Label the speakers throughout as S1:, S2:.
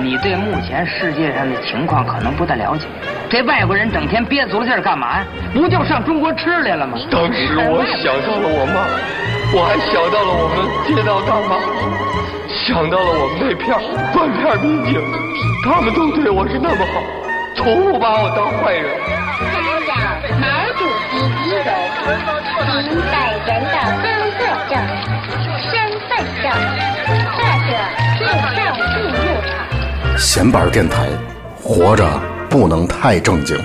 S1: 你对目前世界上的情况可能不太了解。这外国人整天憋足了劲儿干嘛呀？不就上中国吃来了吗？
S2: 当时我想到了我妈，我还想到了我们街道大妈，想到了我们那片儿断片儿民警，他们都对我是那么好，从不把我当坏人。
S3: 家长、毛主席遗容，您本人的工作证、身份证，或者护照进入口。
S4: 闲板电台，活着不能太正经。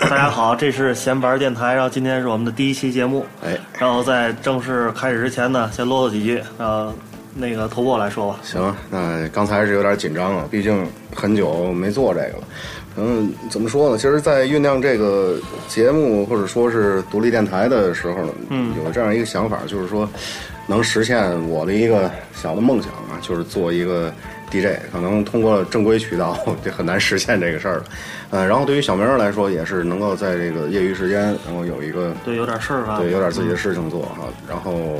S5: 大家好，这是闲白电台，然后今天是我们的第一期节目，
S4: 哎，
S5: 然后在正式开始之前呢，先啰嗦几句，呃，那个头破来说吧，
S4: 行，那刚才是有点紧张啊，毕竟很久没做这个了。嗯，怎么说呢？其实，在酝酿这个节目或者说是独立电台的时候呢，嗯，有这样一个想法，就是说能实现我的一个小的梦想啊，就是做一个 DJ。可能通过正规渠道 就很难实现这个事儿了。呃，然后对于小明儿来说，也是能够在这个业余时间，能够有一个
S5: 对，有点事儿啊，
S4: 对有点自己的事情做哈，然后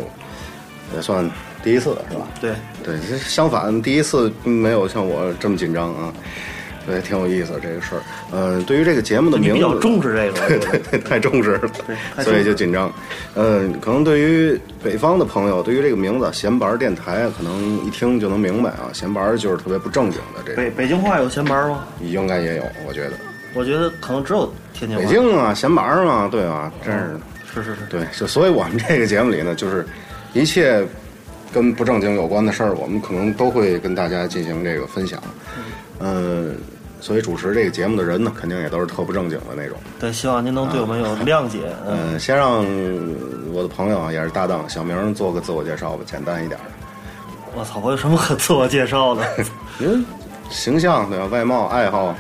S4: 也算第一次是吧？
S5: 对，
S4: 对，其实相反，第一次没有像我这么紧张啊，对，挺有意思这个事儿。呃，对于这个节目的
S5: 你
S4: 名字，
S5: 比较重视这个，对对
S4: 对，太重视了，
S5: 太重视
S4: 所以就紧张。呃，可能对于北方的朋友，对于这个名字“闲白儿电台”，可能一听就能明白啊，“闲白儿”就是特别不正经的这种，
S5: 北北京话有闲白吗？
S4: 应该也有，我觉得。
S5: 我觉得可能只有天津话，
S4: 北京啊，闲白儿嘛，对啊，真是的。
S5: 是是是，
S4: 对，就所以我们这个节目里呢，就是一切跟不正经有关的事儿，我们可能都会跟大家进行这个分享。嗯，所以主持这个节目的人呢，肯定也都是特不正经的那种。
S5: 对，希望您能对我们有谅解，嗯，
S4: 啊 嗯，先让我的朋友啊也是搭档小明做个自我介绍吧，简单一点儿的。
S5: 我操，我有什么可自我介绍的？
S4: 您形象对吧？外貌、爱好、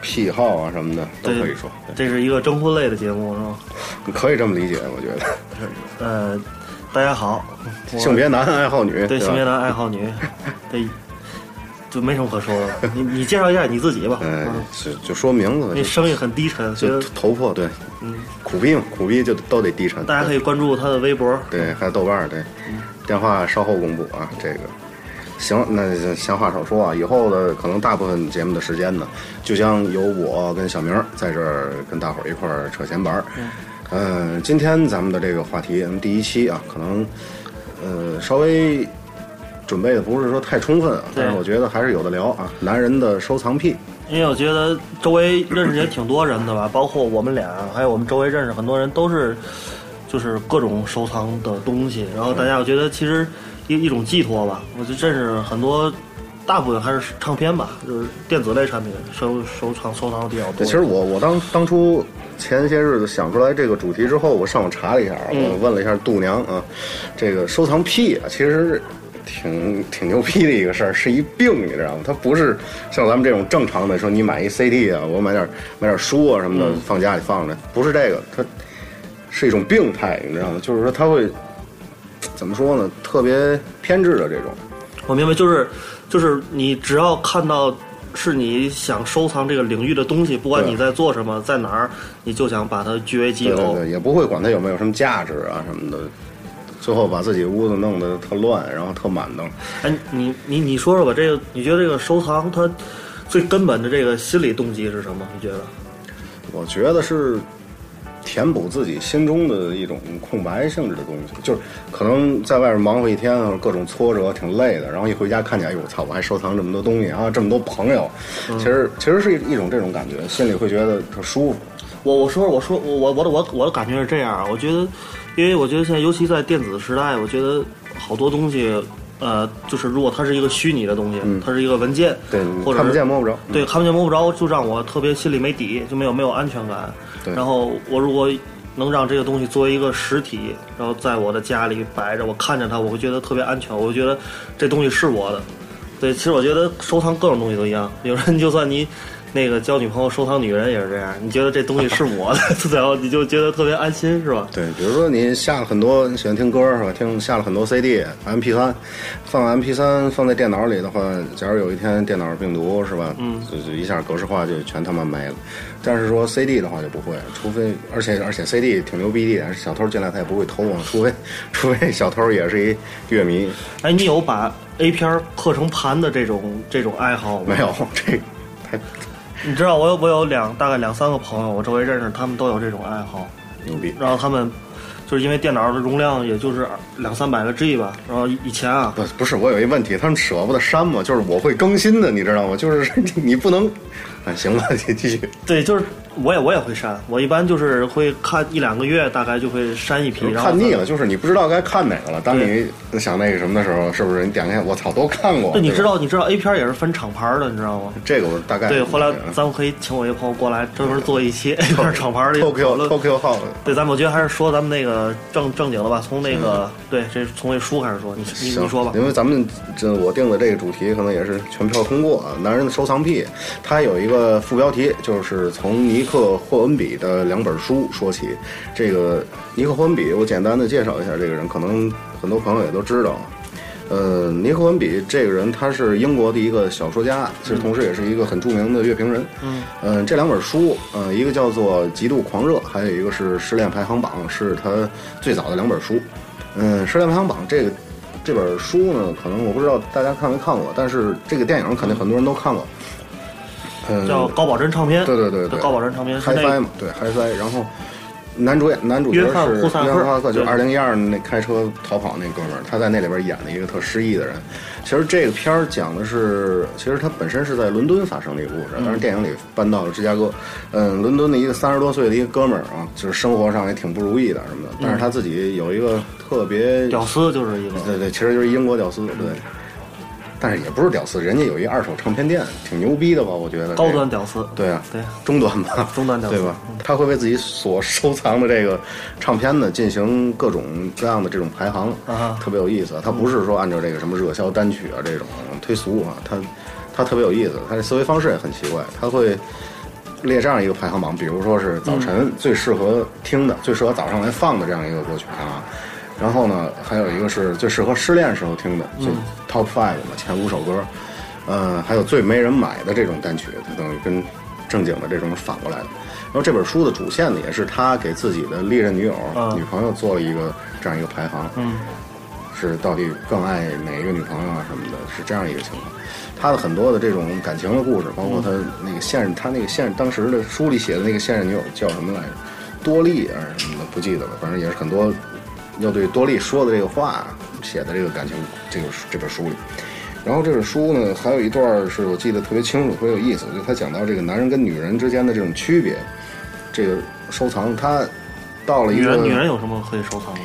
S4: 癖好啊什么的都
S5: 对
S4: 可以说，
S5: 这是一个征婚类的节目是吗？
S4: 你可以这么理解，我觉得。
S5: 呃，大家好，我
S4: 性别男，爱好女，
S5: 对
S4: 吧
S5: 性别男爱好 女，对，就没什么可说的。你你介绍一下你自己吧。
S4: 嗯
S5: 嗯，，
S4: 就就说名字吧
S5: 那
S4: 就
S5: 声音很低沉，所
S4: 就
S5: 以
S4: 头破对，
S5: 嗯，
S4: 苦逼嘛，苦逼就都得低沉。
S5: 大家可以嗯关注他的微博。
S4: 对，还有豆瓣儿对，电话稍后公布啊。这个行，那就闲话少说啊，以后的可能大部分节目的时间呢，就将由我跟小明儿在这儿跟大伙儿一块儿扯闲白儿。嗯、呃，今天咱们的这个话题，嗯第一期啊，可能呃稍微。准备的不是说太充分啊，
S5: 对
S4: 但是我觉得还是有的聊啊。男人的收藏癖，
S5: 因为我觉得周围认识也挺多人的吧，包括我们俩，还有我们周围认识很多人都是，就是各种收藏的东西。然后大家，我觉得其实一一种寄托吧。我就认识很多，大部分还是唱片吧，就是电子类产品收收藏收藏的比较多。
S4: 对，其实我我当当初前些日子想出来这个主题之后，我上网查了一下啊，
S5: 嗯
S4: 我问了一下度娘啊，这个收藏癖啊，其实挺挺牛逼的一个事儿，是一病，你知道吗？它不是像咱们这种正常的说你买一 CD 啊，我买点买点书啊什么的、
S5: 嗯
S4: 放家里放着，不是这个，它是一种病态，你知道吗？就是说它会怎么说呢？特别偏执的这种，
S5: 我明白，就是就是你只要看到是你想收藏这个领域的东西，不管
S4: 对
S5: 你在做什么，在哪儿，你就想把它据为己
S4: 对对
S5: 有。
S4: 对，也不会管它有没有什么价值啊什么的。最后把自己屋子弄得特乱，然后特满当。
S5: 哎，你你你说说吧，这个你觉得这个收藏它最根本的这个心理动机是什么？你觉得？
S4: 我觉得是填补自己心中的一种空白性质的东西，就是可能在外面忙活一天啊，各种挫折，挺累的，然后一回家看见，哎呦我操，我还收藏这么多东西啊，这么多朋友，
S5: 嗯
S4: 其实其实是一种这种感觉，心里会觉得特舒服。
S5: 我我说我说我我我的我我的感觉是这样啊，我觉得，因为我觉得现在尤其在电子时代，我觉得好多东西，呃，就是如果它是一个虚拟的东西，它是一个文件，
S4: 嗯对
S5: 或者
S4: 嗯看不见摸不着
S5: 对，看不见摸不着，就让我特别心里没底，就没有没有安全感。
S4: 对
S5: 然后我如果能让这个东西作为一个实体，然后在我的家里摆着，我看着它，我会觉得特别安全，我会觉得这东西是我的。对，其实我觉得收藏各种东西都一样，有人就算你那个交女朋友收藏女人也是这样，你觉得这东西是我的， 然后你就觉得特别安心，是吧？
S4: 对，比如说你下了很多你喜欢听歌是吧？听下了很多 CD、MP 3放 MP 3放在电脑里的话，假如有一天电脑病毒是吧？嗯，就就一下格式化就全他妈没了。但是说 CD 的话就不会，除非而且而且 CD 挺牛逼的，小偷进来他也不会偷啊， 除非除非小偷也是一乐迷，
S5: 哎，你有把 A 片儿刻成盘的这种这种爱好吗
S4: 没？有 这太
S5: 你知道我有我有两大概两三个朋友，我周围认识，他们都有这种爱好，
S4: 牛逼。
S5: 然后他们就是因为电脑的容量也就是两三百个 G 吧，然后以前啊，
S4: 不不是，我有一问题，他们舍不得删嘛，就是我会更新的，你知道吗？就是 你你不能，啊，行吧，你继续。
S5: 对，就是我也我也会删，我一般就是会看一两个月，大概就会删一批，然后
S4: 看腻了，就是你不知道该看哪个了。当你想那个什么的时候，是不是你点开我操都看过？
S5: 对，你
S4: 吧
S5: 知道你知道 A 片儿也是分厂牌儿的，你知道吗？
S4: 这个我大概嗯
S5: 对，后来咱们可以请我一朋友过来，专门做一 期 A 片儿厂牌儿的讨
S4: Tokyo
S5: 论。
S4: Tokyo 号
S5: 对，咱们我觉得还是说咱们那个正正经的吧，从那个对，这是从那书开始说，你你
S4: 嗯行
S5: 你说吧。
S4: 因为咱们这我定的这个主题可能也是全票通过啊，男人的收藏癖，它有一个副标题，就是从尼克霍恩比的两本书说起。这个尼克霍恩比，我简单的介绍一下这个人，可能很多朋友也都知道。啊呃，尼克霍恩比这个人，他是英国的一个小说家，其实同时也是一个很著名的乐评人。嗯，呃，这两本书，呃，一个叫做《极度狂热》，还有一个是《失恋排行榜》，是他最早的两本书。嗯，《失恋排行榜》这个这本书呢，可能我不知道大家看没看过，但是这个电影肯定很多人都看过。嗯，
S5: 叫高保真唱片，
S4: 对对对对，
S5: 高保真唱片是
S4: 嗨
S5: 那
S4: 翻
S5: 个
S4: 嘛，对嗨翻。然后男主演男主角
S5: 约翰
S4: 是
S5: 霍萨克
S4: 约翰霍萨克，就是
S5: 对
S4: 二零一二那开车逃跑那哥们儿，他在那里边演的一个特失意的人。其实这个片儿讲的是，其实他本身是在伦敦发生的一个故事，
S5: 嗯
S4: 但是电影里搬到了芝加哥。嗯，伦敦的一个三十多岁的一个哥们儿啊，就是生活上也挺不如意的什么的，但是他自己有一个特别
S5: 嗯屌丝，嗯就是一个
S4: 对对，其实就是英国屌丝，对。但是也不是屌丝，人家有一二手唱片店，挺牛逼的吧？我觉得
S5: 高端屌丝。
S4: 对啊，
S5: 对，
S4: 中端吧，
S5: 中端屌丝
S4: 对吧？他会为自己所收藏的这个唱片呢，进行各种各样的这种排行，
S5: 啊
S4: 特别有意思。他不是说按照这个什么热销单曲啊这种推俗啊，他他特别有意思，他的思维方式也很奇怪，他会。列这样一个排行榜，比如说是早
S5: 嗯
S4: 晨最适合听的、最适合早上来放的这样一个歌曲啊，然后呢，还有一个是最适合失恋时候听的，就
S5: 嗯
S4: top five 嘛，前五首歌，呃，还有最没人买的这种单曲，它等于跟正经的这种反过来的。然后这本书的主线呢，也是他给自己的历任女友、
S5: 嗯
S4: 女朋友做了一个这样一个排行，
S5: 嗯，
S4: 是到底更爱哪一个女朋友啊什么的，是这样一个情况。他的很多的这种感情的故事，包
S5: 嗯
S4: 括他那个现任，他那个现任当时的书里写的那个现任女友叫什么来着？多莉啊什么的，不记得了。反正也是很多要对多莉说的这个话写的这个感情这个这本书里。然后这本书呢，还有一段是我记得特别清楚，特别有意思，就他讲到这个男人跟女人之间的这种区别，这个收藏他到了一
S5: 女
S4: 个
S5: 人女人有什么可以收藏的？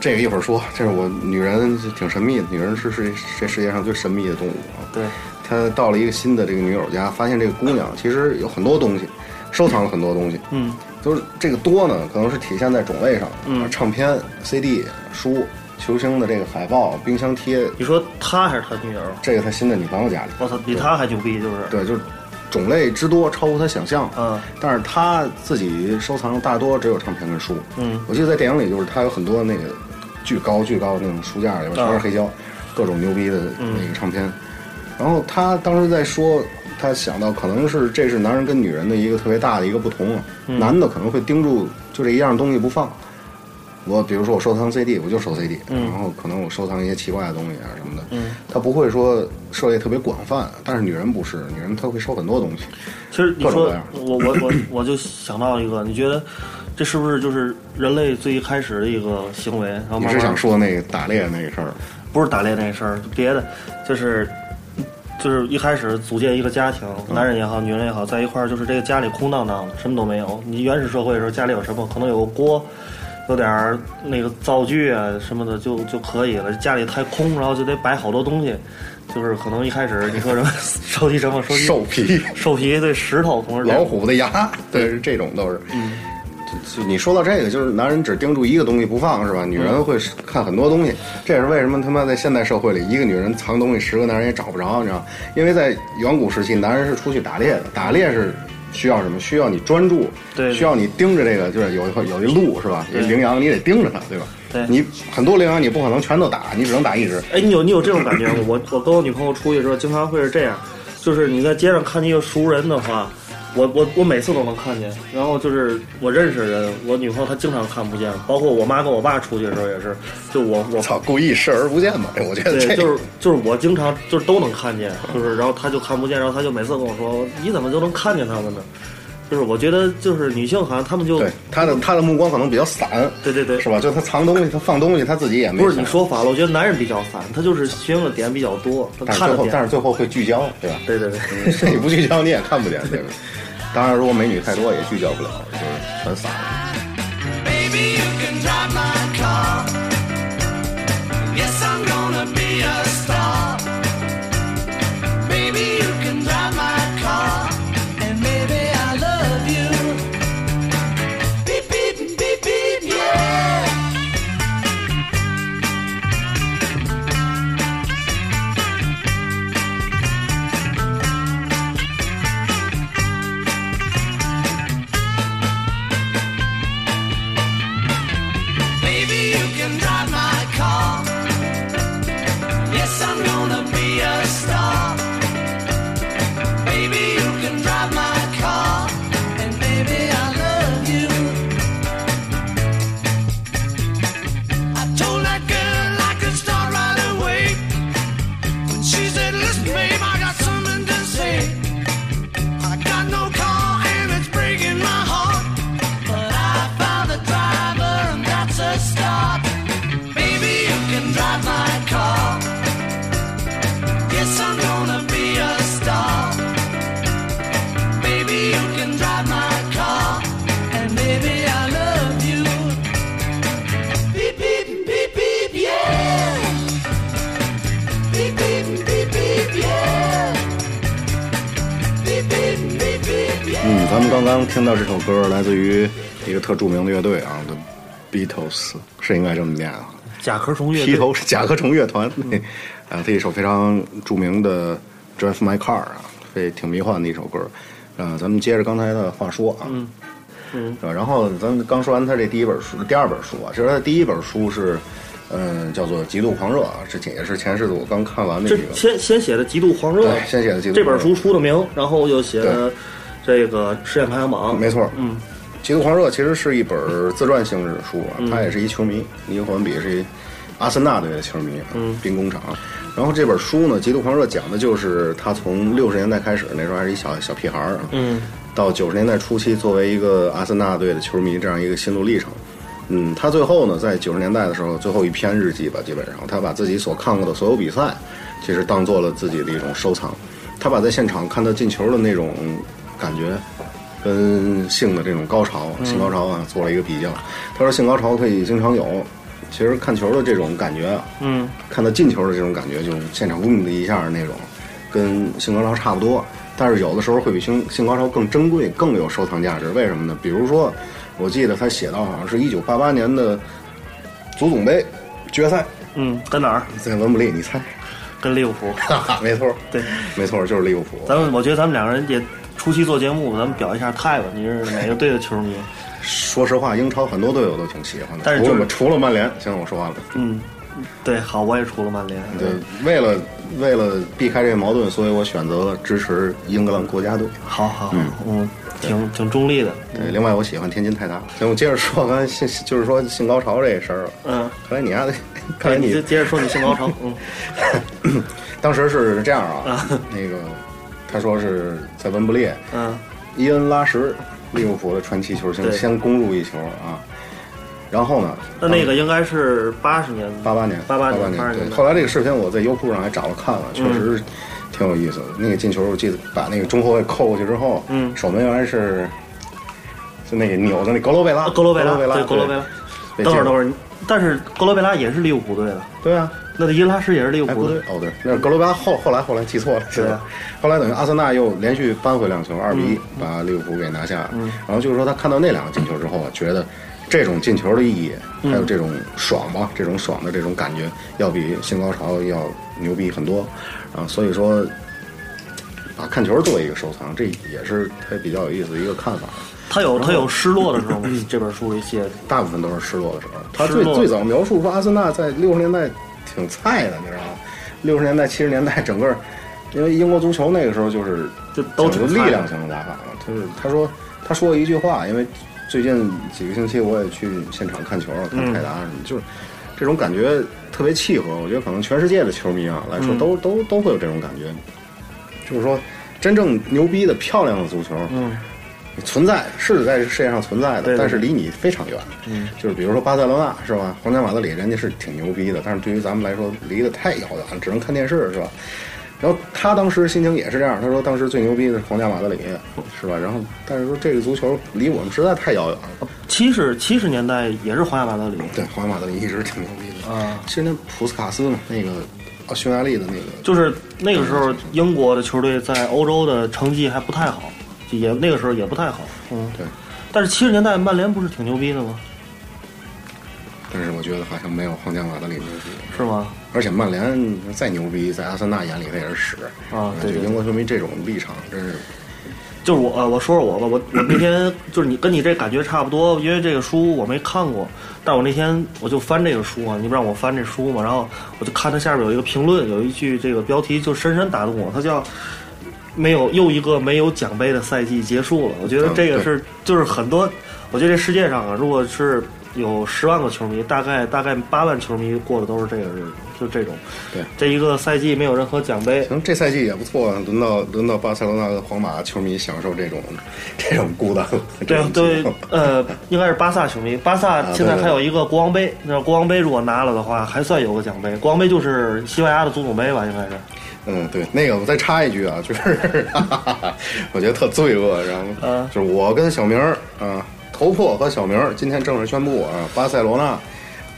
S4: 这个一会儿说，这是我女人挺神秘的，女人是是这世界上最神秘的动物啊。
S5: 对，
S4: 他到了一个新的这个女友家，发现这个姑娘其实有很多东西，收藏了很多东西。
S5: 嗯，
S4: 就是这个多呢，可能是体现在种类上，
S5: 嗯
S4: 唱片、CD、书、球星的这个海报、冰箱贴，
S5: 你说他还是他女友？
S4: 这个他新的女朋友家里，
S5: 我操，比他还牛逼，就是
S4: 对，就是种类之多超乎他想象。
S5: 嗯
S4: 但是他自己收藏大多只有唱片跟书。
S5: 嗯，
S4: 我记得在电影里就是他有很多那个巨高巨高的那种书架里边全是黑胶，
S5: 嗯
S4: 各种牛逼的那个唱片。然后他当时在说，他想到可能是这是男人跟女人的一个特别大的一个不同啊，
S5: 嗯
S4: 男的可能会盯住就这一样东西不放。我比如说我收藏 CD，我就收 CD，、然
S5: 嗯
S4: 后可能我收藏一些奇怪的东西啊什么的，嗯，他不会说涉猎特别广泛，但是女人不是，女人她会收很多东西，
S5: 其实你
S4: 各种
S5: 说
S4: 各样，
S5: 我我 我我就想到一个，你觉得这是不是就是人类最一开始的一个行为？然后
S4: 你
S5: 慢
S4: 是
S5: 慢
S4: 想说那个打猎那个事儿？
S5: 不是打猎那事儿，别的，就是就是一开始组建一个家庭，男人也好，女人也好，在一块儿，就是这个家里空荡荡的，什么都没有。你原始社会的时候，家里有什么？可能有个锅，有点儿那个灶具啊什么的就就可以了。家里太空，然后就得摆好多东西，就是可能一开始你说 什么收集什么收集
S4: 兽皮、
S5: 兽皮对石头，同时 嗯
S4: 老虎的牙，对，是这种都是。就你说到这个，就是男人只盯住一个东西不放是吧？女
S5: 嗯
S4: 人会看很多东西，这也是为什么他妈在现代社会里，一个女人藏东西十个男人也找不着，你知道吗？因为在远古时期，男人是出去打猎的，打猎是。需要什么？需要你专注，
S5: 对
S4: 需要你盯着这个，就是有一块有一鹿是吧？这羚羊你得盯着它，对吧？
S5: 对
S4: 你很多羚羊你不可能全都打，你只能打一只。
S5: 哎，你有你有这种感觉吗？我我跟我女朋友出去的时候，经常会是这样，就是你在街上看见一个熟人的话，我我我每次都能看见。然后就是我认识人，我女朋友她经常看不见，包括我妈跟我爸出去的时候也是，就我我
S4: 操，故意视而不见吧？这我觉得这
S5: 对，就是就是我经常就是都能看见，就是然后他就看不见，然后他就每次跟我说你怎么就能看见他们呢？就是我觉得就是女性好像她们就
S4: 对他的他的目光可能比较散，
S5: 对对对
S4: 是吧？就他藏东西，他放东西，他自己也没
S5: 不是
S4: 想
S5: 你，说反了，我觉得男人比较散，他就是形容的点比较多，他
S4: 但是
S5: 看的
S4: 最后但
S5: 点
S4: 是最后会聚焦，对吧？
S5: 对对对。
S4: 你不聚焦你也看不见，对吧？当然，如果美女太多也聚焦不了，就是全散了。
S6: Baby, you can drive my car. Yes, I'm gonna be a star. Baby, you can drive my car. And maybe I love you. Beep, beep, beep, beep, yeah. Baby, you can drive my car. Yes, I'm gonna be a star. Baby, you can drive my car. And baby, I love you. I told that girl I could start right away. When she said, listen, babe, I got something to say. I got no car and it's breaking my heart. But I found a driver and that's a start. Baby, you can drive my car. Yes, I'm gonna be a star. Baby, you can drive my car. And baby, I love you. Beep, beep, beep, beep, yeah. Beep, beep, beep, beep, yeah. Beep, beep, beep, beep, yeah.
S4: 嗯，咱们刚刚听到这首歌来自于一个特著名的乐队啊，The Beatles 是应该这么念啊。
S5: 甲壳虫乐
S4: 披
S5: 队，嗯
S4: 头士甲壳虫乐团，啊，这一首非常著名的《Drive My Car》啊，非挺迷幻的一首歌。啊，咱们接着刚才的话说啊，嗯，
S5: 嗯
S4: 然后咱们刚说完他这第一本书，第二本书啊，其实他的第一本书是，嗯，叫做《极度狂热》啊，这也是前世子我刚看完的
S5: 这
S4: 一个，
S5: 先先写的《极度狂热》，
S4: 对先写的极度
S5: 这本
S4: 狂热
S5: 书出的名，然后又写的这个试验排行榜，
S4: 没错，
S5: 嗯，
S4: 《极度狂热》其实是一本自传性质的书啊，他也是一球迷，尼霍恩比是一阿森纳队的球迷，嗯，兵工厂。然后这本书呢，《极度狂热》讲的就是他从六十年代开始，那时候还是一小小屁孩儿啊，嗯，到九十年代初期，作为一个阿森纳队的球迷这样一个心路历程。嗯，他最后呢，在九十年代的时候，最后一篇日记吧，基本上他把自己所看过的所有比赛，其实当做了自己的一种收藏。他把在现场看他进球的那种感觉，跟性的这种高潮、性高潮啊，做了一个比较。他说性高潮可以经常有，其实看球的这种感觉啊，
S5: 嗯，
S4: 看到进球的这种感觉，就是现场嗡的一下那种，跟性高潮差不多。但是有的时候会比性性高潮更珍贵，更有收藏价值。为什么呢？比如说，我记得他写到好像是一九八八年的足总杯决赛，
S5: 嗯，在哪儿？
S4: 在温布利，你猜？
S5: 跟利物浦。
S4: 没错，
S5: 对，
S4: 没错，就是利物浦。
S5: 咱们我觉得咱们两个人也初期做节目，咱们表一下态吧。你是哪个队的球迷？
S4: 说实话，英超很多队友都挺喜欢的，
S5: 但是就是
S4: 除了除了曼联。行，我说完了。
S5: 嗯，对，好，我也除了曼联。
S4: 对，为了为了避开这个矛盾，所以我选择支持英格兰国家队。
S5: 好好，嗯，挺挺中立的。
S4: 对，另外我喜欢天津泰达。行，我接着说刚才性就是说性高潮这事儿啊。
S5: 嗯，
S4: 看来 你丫的，看来
S5: 哎你就
S4: 你
S5: 接着说你性高潮。嗯，
S4: 当时是这样啊，那个他说是在温布利，
S5: 嗯，
S4: 伊恩拉什，利物浦的传奇球星，
S5: 对
S4: 先攻入一球啊，然后呢，
S5: 那那个应该是八十年，
S4: 嗯八八年，
S5: 八
S4: 八
S5: 八年，八
S4: 年，
S5: 十
S4: 对。
S5: 代
S4: 后来这个视频我在优酷上还找了看了，确实是挺有意思的。那个进球，我记得把那个中后卫扣过去之后，
S5: 嗯
S4: 守门员是就那个扭的那格罗贝拉，
S5: 啊格罗贝拉，
S4: 格罗贝拉，
S5: 对，格罗贝拉。
S4: 对
S5: 等会儿，
S4: 这
S5: 等会儿，但是格罗贝拉也是利物浦队的，
S4: 对啊，
S5: 那个伊拉什也是利物
S4: 哎，不
S5: 浦
S4: 对
S5: 队，，
S4: 哦对，那是格罗巴后后来后来记错了，是
S5: 对
S4: 的
S5: 啊。 嗯
S4: 后来等于阿森纳又连续扳回两球，二比一把利物浦给拿下了。然后就是说他看到那两个进球之后啊，觉得这种进球的意义，还
S5: 嗯
S4: 有这种爽吧，这种爽的这种感觉，要比性高潮要牛逼很多。啊，所以说把看球作为一个收藏，这也是他比较有意思的一个看法。
S5: 他有他有失落的时候吗？这本书里写的，
S4: 大部分都是失落的时候。他
S5: 失
S4: 最
S5: 落
S4: 最早描述说阿森纳在六十年代挺菜的，你知道吗？六十年代、七十年代整个，因为英国足球那个时候就是
S5: 就都挺
S4: 讲究
S5: 菜
S4: 力量型的打法嘛。就是他说他说过一句话，因为最近几个星期我也去现场看球了，看泰达什
S5: 嗯
S4: 么，就是这种感觉特别契合。我觉得可能全世界的球迷啊来
S5: 嗯
S4: 说都、都都会有这种感觉，就是说真正牛逼的、漂亮的足球，嗯。存在是在世界上存在的，
S5: 对对
S4: 但是离你非常远。嗯，就是比如说巴塞罗那是吧？皇家马德里人家是挺牛逼的，但是对于咱们来说离得太遥远了，只能看电视是吧？然后他当时心情也是这样，他说当时最牛逼的是皇家马德里是吧？然后但是说这个足球离我们实在太遥远了。
S5: 七十七十年代也是皇家马德里，
S4: 对，皇家马德里一直挺牛逼的
S5: 嗯啊。
S4: 其实那普斯卡斯嘛，那个啊匈牙利的那个，
S5: 就是那个时候英国的球队在欧洲的成绩还不太好，就也那个时候也不太好，嗯，
S4: 对，
S5: 但是七十年代曼联不是挺牛逼的吗？
S4: 但是我觉得好像没有皇家马德里牛逼。
S5: 是吗？
S4: 而且曼联再牛逼，在阿森纳眼里他也是屎
S5: 啊对
S4: 就
S5: 对对
S4: 英国球迷这种立场真是
S5: 就是我，呃我说说我吧，我我那天就是你跟你这感觉差不多，因为这个书我没看过，但我那天我就翻这个书啊，你不让我翻这书嘛，然后我就看它下边有一个评论，有一句这个标题就深深打动我，它叫“没有又一个没有奖杯的赛季结束了”。我觉得这个
S4: 嗯对
S5: 是、就是很多，我觉得这世界上啊，如果是有十万个球迷，大概大概八万球迷过的都是这个日子，就这种，
S4: 对
S5: 这一个赛季没有任何奖杯，
S4: 行，这赛季也不错，轮到轮到巴塞罗那和皇马球迷享受这种 这种孤单了。，
S5: 对对呃，应该是巴萨球迷。巴
S4: 啊
S5: 萨现在还有一个国王杯，那国王杯如果拿了的话，还算有个奖杯。国王杯就是西班牙的足总杯吧，应该是。
S4: 嗯，对，那个我再插一句啊，就是 我觉得特罪恶，然后
S5: 啊
S4: 就是我跟小明儿啊，头破和小明儿今天正式宣布啊，巴塞罗那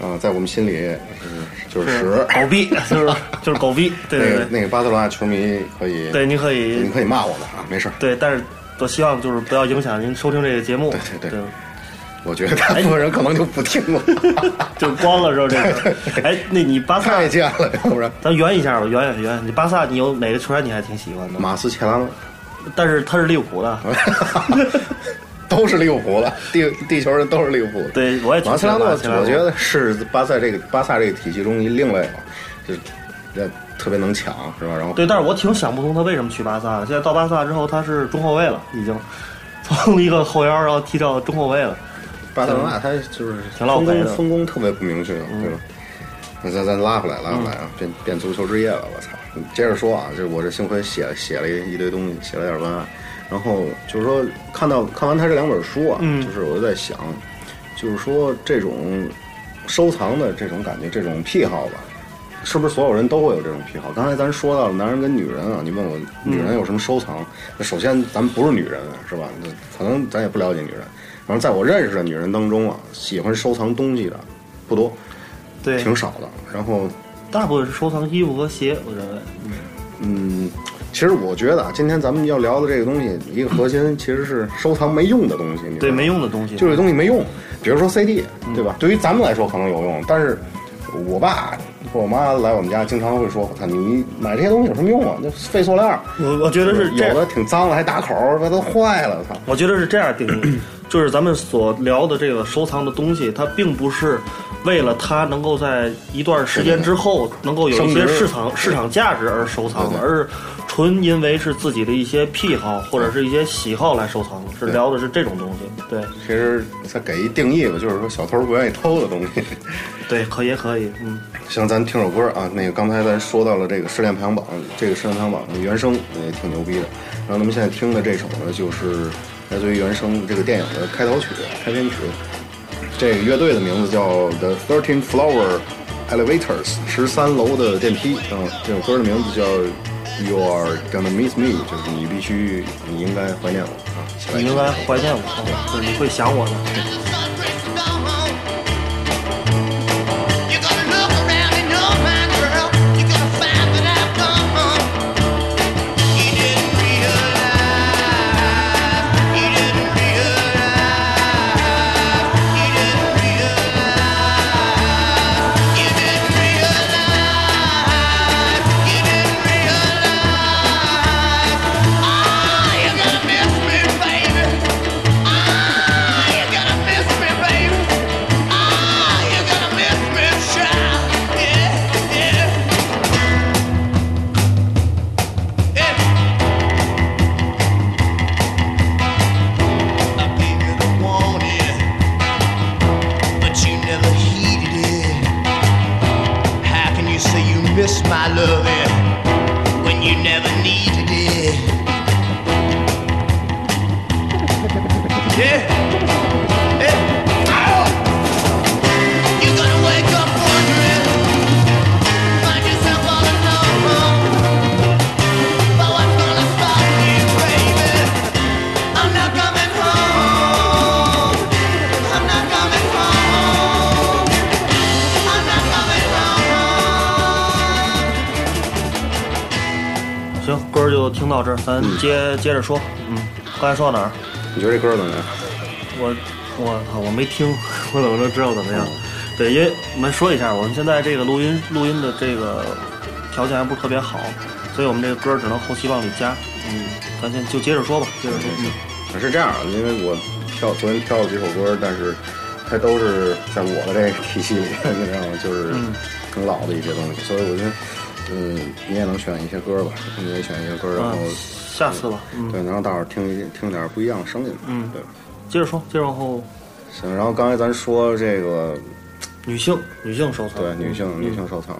S4: 啊，在我们心里嗯就是就是屎。
S5: 狗逼， 就是就是狗逼。对
S4: 那
S5: 对
S4: 个
S5: 对，
S4: 那个巴塞罗那球迷可以，
S5: 对，你可
S4: 你
S5: 以，
S4: 可以骂我们啊，没事儿。
S5: 对，但是我希望就是不要影响您收听这个节目。
S4: 对对对我觉得大部分人可能就不听了，
S5: 就关了之后这个。哎，那你巴萨，
S4: 太贱了，要不然。
S5: 咱圆一下吧，圆圆圆。你巴萨，你有哪个球员你还挺喜欢的？
S4: 马斯切拉诺，
S5: 但是他是利物浦的。
S4: 都是利物浦的，地地球人都是利物浦的。
S5: 对，我也挺
S4: 马
S5: 喜
S4: 切
S5: 欢
S4: 拉诺
S5: 马，切拉诺。
S4: 我觉得是巴萨这个巴萨这个体系中一另类吧，就是呃特别能抢，是吧？然后
S5: 对，但是我挺想不通他为什么去巴萨。现在到巴萨之后，他是中后卫了，已经从一个后腰，然后踢到中后卫了。
S4: 巴塞罗那他就是
S5: 挺落
S4: 分
S5: 牌的
S4: 工分工特别不明确，对吧？那咱咱拉回来，拉回来啊，变变足球之夜了，我操！你接着说啊，就是我这幸亏写写了一堆东西，写了点文案，然后就是说看到看完他这两本书啊，
S5: 嗯
S4: 就是我就在想，就是说这种收藏的这种感觉，这种癖好吧，是不是所有人都会有这种癖好？刚才咱说到了男人跟女人啊，你问我
S5: 嗯
S4: 女人有什么收藏？那首先咱们不是女人啊，是吧？那可能咱也不了解女人。反正在我认识的女人当中啊，喜欢收藏东西的不多，
S5: 对，
S4: 挺少的。然后，
S5: 大部分是收藏衣服和鞋，我认为。
S4: 嗯，其实我觉得啊，今天咱们要聊的这个东西，一个核心其实是收藏没用的东西。你知道
S5: 对，
S4: 吗
S5: 没用的东西。
S4: 就这东西没用。比如说 CD，对吧？对于咱们来说可能有用，但是我爸和我妈来我们家经常会说：“我操，你买这些东西有什么用啊？就废塑料。”
S5: 我我觉得是这
S4: 有的挺脏的，还打口儿，它都坏了，操！
S5: 我觉得是这样定义， 就是咱们所聊的这个收藏的东西，它并不是为了它能够在一段时间之后能够有一些
S4: 升值
S5: 市场市场价值而收藏的，
S4: 对对
S5: 而是纯因为是自己的一些癖好或者是一些喜好来收藏的，是
S4: 对
S5: 聊的是这种东西。对
S4: 其实再给一定义吧，就是说小偷不愿意偷的东西。
S5: 对，可也可以，嗯。
S4: 行，咱听首歌啊。那个刚才咱说到了这个失恋排行榜，这个失恋排行榜的原声也挺牛逼的。然后咱们现在听的这首呢，就是来自于原声这个电影的开头曲、开篇曲。这个乐队的名字叫 The Thirteen Floor Elevators，十三楼的电梯。嗯，这首歌的名字叫 You Are Gonna Miss Me，就是你必须，你应该怀念我啊。下来
S5: 你
S4: 听
S5: 应该怀念我，就是你会想我的。
S6: Sun breaks down. my loving when you never needed it. Yeah. Yeah. Ow! You're gonna wake up wondering, find yourself all alone. But what's gonna stop you, baby? I'm not coming home. I'm not coming home. I'm not coming home.
S5: 行，歌儿就听到这儿，咱接接着说。嗯，刚才说到哪儿？
S4: 你觉得这歌怎么样？
S5: 我我操，我没听， 我怎么能知道怎么样？
S4: 嗯
S5: 对，因为我们说一下，我们现在这个录音录音的这个条件还不是特别好，所以我们这个歌儿只能后期往里加。嗯，咱先就接着说吧，接着说。嗯，
S4: 啊是这样，因为我挑昨天挑了几首歌，但是它都是在我的这个体系里， 你知道吗？就是
S5: 嗯
S4: 更老的一些东西，所以我觉得，嗯，你也能选一些歌吧，你也选一些歌，然后、
S5: 嗯下次吧。嗯，
S4: 对，能让大伙儿听一听点儿不一样的声音。
S5: 嗯
S4: 对。
S5: 接着说，接着往后，
S4: 行，然后刚才咱说这个，
S5: 女性女性收藏，
S4: 对女性女性收藏，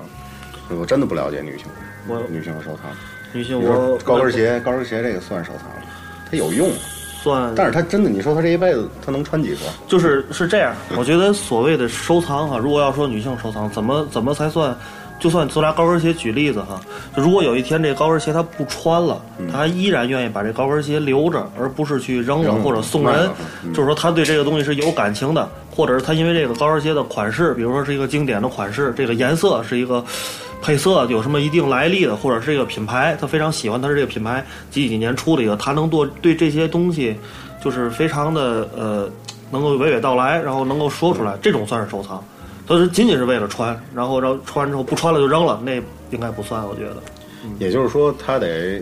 S4: 我真的不了解女性，
S5: 嗯我
S4: 女性收藏。
S5: 女性
S4: 你说
S5: 我
S4: 高跟鞋，高跟鞋这个算收藏吗？它有用，啊
S5: 算，
S4: 但是它真的，你说它这一辈子它能穿几个？
S5: 就是是这样，我觉得所谓的收藏啊 哈，如果要说女性收藏，怎么怎么才算？就算就拿高跟鞋举例子哈，就如果有一天这高跟鞋她不穿了，
S4: 嗯
S5: 她还依然愿意把这高跟鞋留着，而不是去扔了
S4: 扔了
S5: 或者送
S4: 卖
S5: 人
S4: 了，嗯
S5: 就是说她对这个东西是有感情的，或者是她因为这个高跟鞋的款式，比如说是一个经典的款式，这个颜色是一个配色有什么一定来历的，或者是一个品牌，她非常喜欢，它是这个品牌几几年出的一个，她能做对这些东西就是非常的呃能够娓娓道来，然后能够说出来，这种算是收藏。都是仅仅是为了穿，然后然后穿完之后不穿了就扔了，那应该不算，我觉得。
S4: 也就是说，他得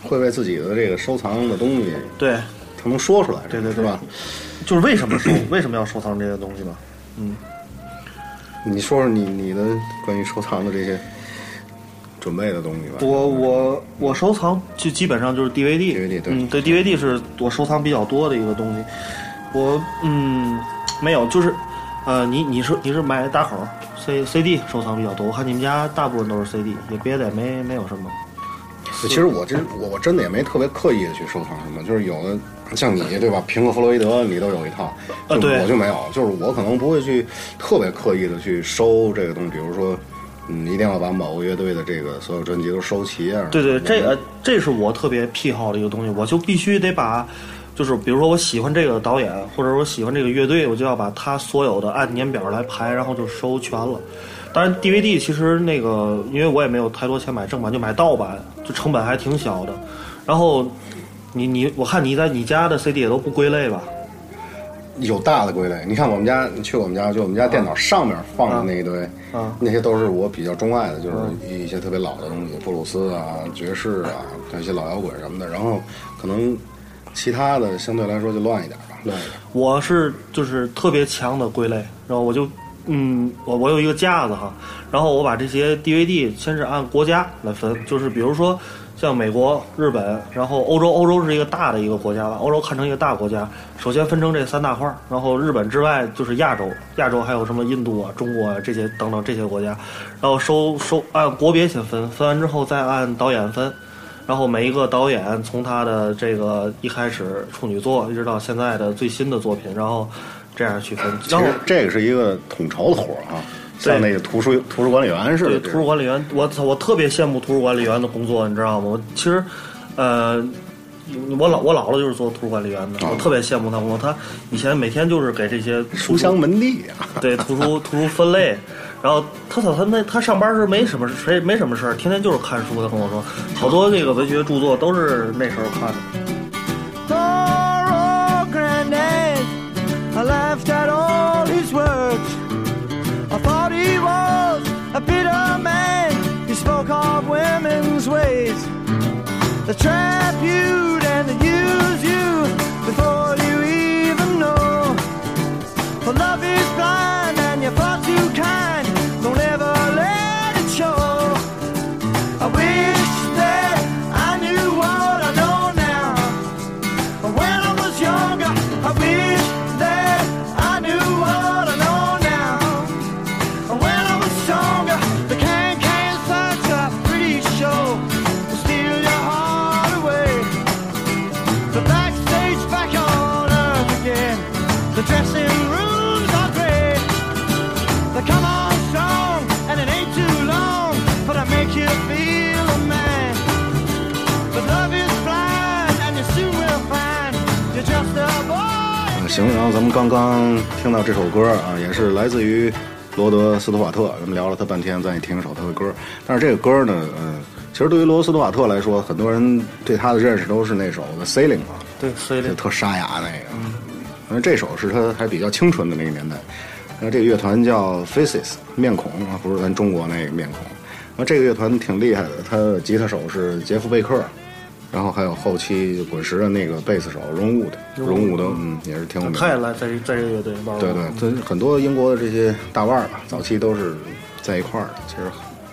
S4: 会为自己的这个收藏的东西，
S5: 对，
S4: 他能说出来，
S5: 对对
S4: 是
S5: 对
S4: 吧？
S5: 就是为什么收，为什么要收藏这些东西吧？
S4: 你说说你你的关于收藏的这些准备的东西吧。
S5: 我我我收藏就基本上就是 DVD，
S4: DVD 对
S5: 嗯，对 DVD 是我收藏比较多的一个东西。我嗯，没有，就是呃，你你是你是买打口 C CD 收藏比较多，我看你们家大部分都是 CD，也别的也没没有什么。
S4: 其实我真我我真的也没特别刻意的去收藏什么，就是有的像你对吧，平克·弗洛伊德你都有一套，
S5: 呃
S4: 就
S5: 对
S4: 我就没有，就是我可能不会去特别刻意的去收这个东西，比如说。嗯，一定要把某个乐队的这个所有专辑都收齐啊！
S5: 对对，
S4: 我
S5: 这个这是我特别癖好的一个东西，我就必须得把，就是比如说我喜欢这个导演，或者我喜欢这个乐队，我就要把他所有的按年表来排，然后就收全了。当然，DVD 其实那个，因为我也没有太多钱买正版，就买盗版，就成本还挺小的。然后你你，我看你在你家的 CD 也都不归类吧？
S4: 有大的归类。你看我们家，你去我们家，就我们家电脑上面放的那一堆，
S5: 啊
S4: 那些都是我比较钟爱的，就是一些特别老的东西，布鲁斯啊、爵士啊，那些老摇滚什么的。然后可能其他的相对来说就乱一点吧，乱一点。
S5: 我是就是特别强的归类，然后我就嗯，我我有一个架子哈，然后我把这些 DVD 先是按国家来分，就是比如说像美国、日本，然后欧洲，欧洲是一个大的一个国家吧，欧洲看成一个大国家，首先分成这三大块儿，然后日本之外就是亚洲，亚洲还有什么印度啊、中国啊这些等等这些国家，然后收收按国别先分，分完之后再按导演分。然后每一个导演从他的这个一开始处女作，一直到现在的最新的作品，然后这样去分。然
S4: 其
S5: 后
S4: 实这个是一个统筹的活儿啊，像那个图书图书管理员似的
S5: 对
S4: 这
S5: 图
S4: 种，
S5: 书管理员，我操，我特别羡慕图书管理员的工作，你知道吗？我其实，呃，我老我姥姥就是做图书管理员的，
S4: 啊
S5: 我特别羡慕他工作。他以前每天就是给这些
S4: 书香门第啊。
S5: 对图书图书分类，然后他操他那他上班时没什么谁没什么事儿，天天就是看书。他跟我说，好多那个文学著作都是那时候看的。
S7: Poor old granddad, I laughed at all his words. I thought he was a bitter man. He spoke of women's ways. They trap you and they use you before you even know. For love is blind and you're far too kind. Don't ever let it show. I wish that I knew what I know now. When I was younger, I wish that I knew what I know now. When I was stronger, the can can't say
S4: 啊行，然后咱们刚刚听到这首歌啊，也是来自于罗德·斯图瓦特。咱们聊了他半天，咱也听一首他的歌。但是这个歌呢，嗯、其实对于罗德·斯图瓦特来说，很多人对他的认识都是那首《The Sailing》啊，
S5: 对，所以
S4: 就特沙哑那个。反正这首是他还比较清纯的那个年代。那这个乐团叫 Faces 面孔啊，不是咱中国那个面孔。那这个乐团挺厉害的，他的吉他手是杰夫·贝克，然后还有后期滚石的那个贝斯手荣伍德，荣伍德嗯也是挺有名的。
S5: 他也来在这在这乐队玩过。
S4: 对对，这很多英国的这些大腕儿吧，早期都是在一块儿的，其实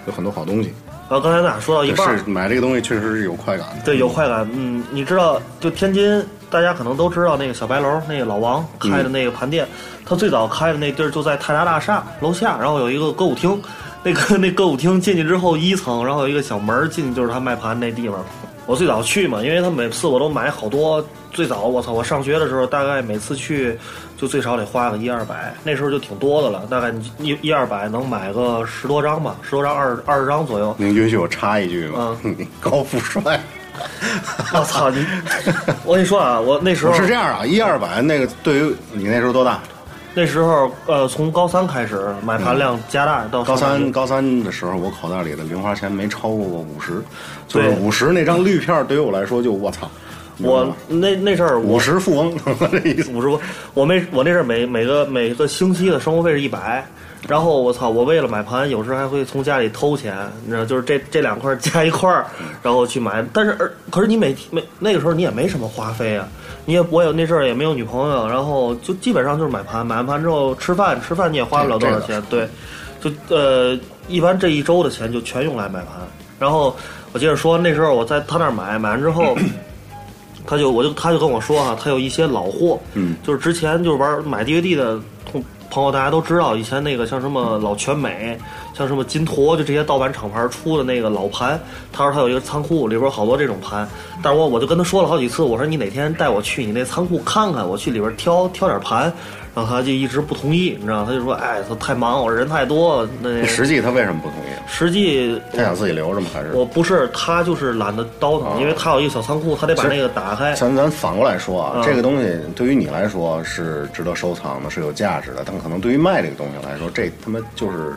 S4: 有很多好东西。
S5: 然后刚才咱俩说到一半儿
S4: 是，买这个东西确实是有快感的。
S5: 对，有快感。嗯，你知道，就天津，大家可能都知道那个小白楼，那个老王
S4: 嗯
S5: 开的那个盘店，他最早开的那地儿就在泰达大厦楼下，然后有一个歌舞厅，那个 那歌舞厅进去之后一层，然后有一个小门儿进去就是他卖盘那地方。我最早去嘛，因为他每次我都买好多。最早我操，我上学的时候大概每次去就最少得花个一二百，那时候就挺多的了，大概你一一二百能买个十多张吧，十多张二二十张左右。
S4: 您允许我插一句
S5: 啊
S4: 吗？ 你高富帅，
S5: 我操你！我跟你说啊，我那时候
S4: 我是这样啊，一二百那个对于你那时候多大？
S5: 那时候呃，从高三开始买盘量加大到
S4: 嗯
S5: 上
S4: 高
S5: 大
S4: 三
S5: 学
S4: 高三的时候，我口袋里的零花钱没超过五十，就是
S5: 对
S4: 五十那张绿片儿对于我来说就我操，
S5: 我那那阵儿我嗯
S4: 五十富翁 这意 思。
S5: 五十，我每我那阵儿每每个每个星期的生活费是一百。然后我操！我为了买盘，有时还会从家里偷钱，你知道，就是这这两块儿加一块儿，然后去买。但是，而可是你每每那个时候你也没什么花费啊，你也我有那阵儿也没有女朋友，然后就基本上就是买盘，买完盘之后吃饭，吃饭你也花不了多少钱，对，就呃，一般这一周的钱就全用来买盘。然后我接着说，那时候我在他那儿买，买完之后。他就我就他就跟我说哈、他有一些老货，嗯，就是之前就是玩买 DVD 的同朋友，大家都知道，以前那个像什么老全美，像什么金陀，就这些盗版厂牌出的那个老盘，他说他有一个仓库，里边有好多这种盘，但是我我就跟他说了好几次，我说你哪天带我去你那仓库看看，我去里边挑挑点盘，然后他就一直不同意，你知道，他就说哎，他太忙，我说人太多，那
S4: 实际他为什么不同意？
S5: 实际
S4: 他想自己留着吗？还是
S5: 我不是他就是懒得叨腾，因为他有一个小仓库，他得把那个打开。
S4: 咱咱反过来说啊，
S5: 嗯
S4: 这个东西对于你来说是值得收藏的，是有价值的，但可能对于卖这个东西来说，这他妈就是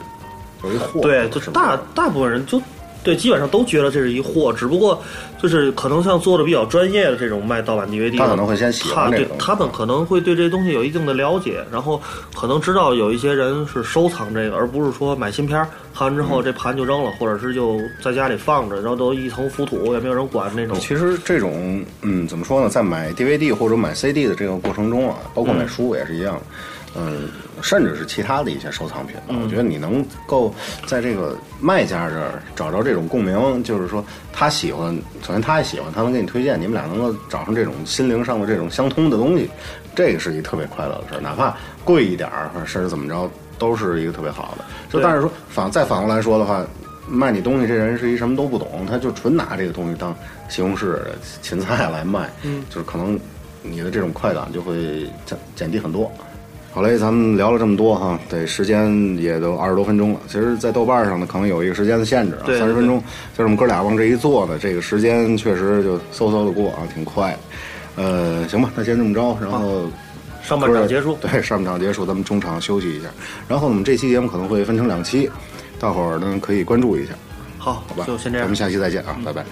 S4: 有一货，
S5: 对，就是
S4: 吧
S5: 大大部分人就对，基本上都觉得这是一货，只不过就是可能像做的比较专业的这种卖盗版 DVD，的
S4: 他可能会先喜欢
S5: 他
S4: 这
S5: 对
S4: 个东西
S5: 他们可能会对这东西有一定的了解，然后可能知道有一些人是收藏这个，而不是说买新片儿看完之
S4: 嗯
S5: 后这盘就扔了，或者是就在家里放着，然后都一层浮土，也没有人管那种。
S4: 其实这种，嗯，怎么说呢，在买 DVD 或者买 CD 的这个过程中啊，包括买书也是一样的，嗯，甚至是其他的一些收藏品吧，我觉得你能够在这个卖家这儿找着这种共鸣，就是说他喜欢，首先他也喜欢，他能给你推荐，你们俩能够找上这种心灵上的这种相通的东西，这个是一特别快乐的事儿，哪怕贵一点儿，或者甚至怎么着，都是一个特别好的。就
S5: 对
S4: 但是说反再反过来说的话，卖你东西这人是一什么都不懂，他就纯拿这个东西当西红柿、芹菜来卖，嗯，就是可能你的这种快感就会减减低很多。好嘞，咱们聊了这么多哈，对，时间也都二十多分钟了。其实，在豆瓣上呢，可能有一个时间的限制啊，
S5: 对
S4: 三十分钟。就是我们哥俩往这一坐呢，这个时间确实就嗖嗖的过啊，挺快的。呃，行吧，那先这么着，然后
S5: 上半场结束，
S4: 对，上半场结束，咱们中场休息一下。然后我们这期节目可能会分成两期，大伙儿呢可以关注一下，
S5: 好
S4: 好吧？
S5: 就先这
S4: 咱
S5: 样
S4: 们。下期再见啊，拜拜。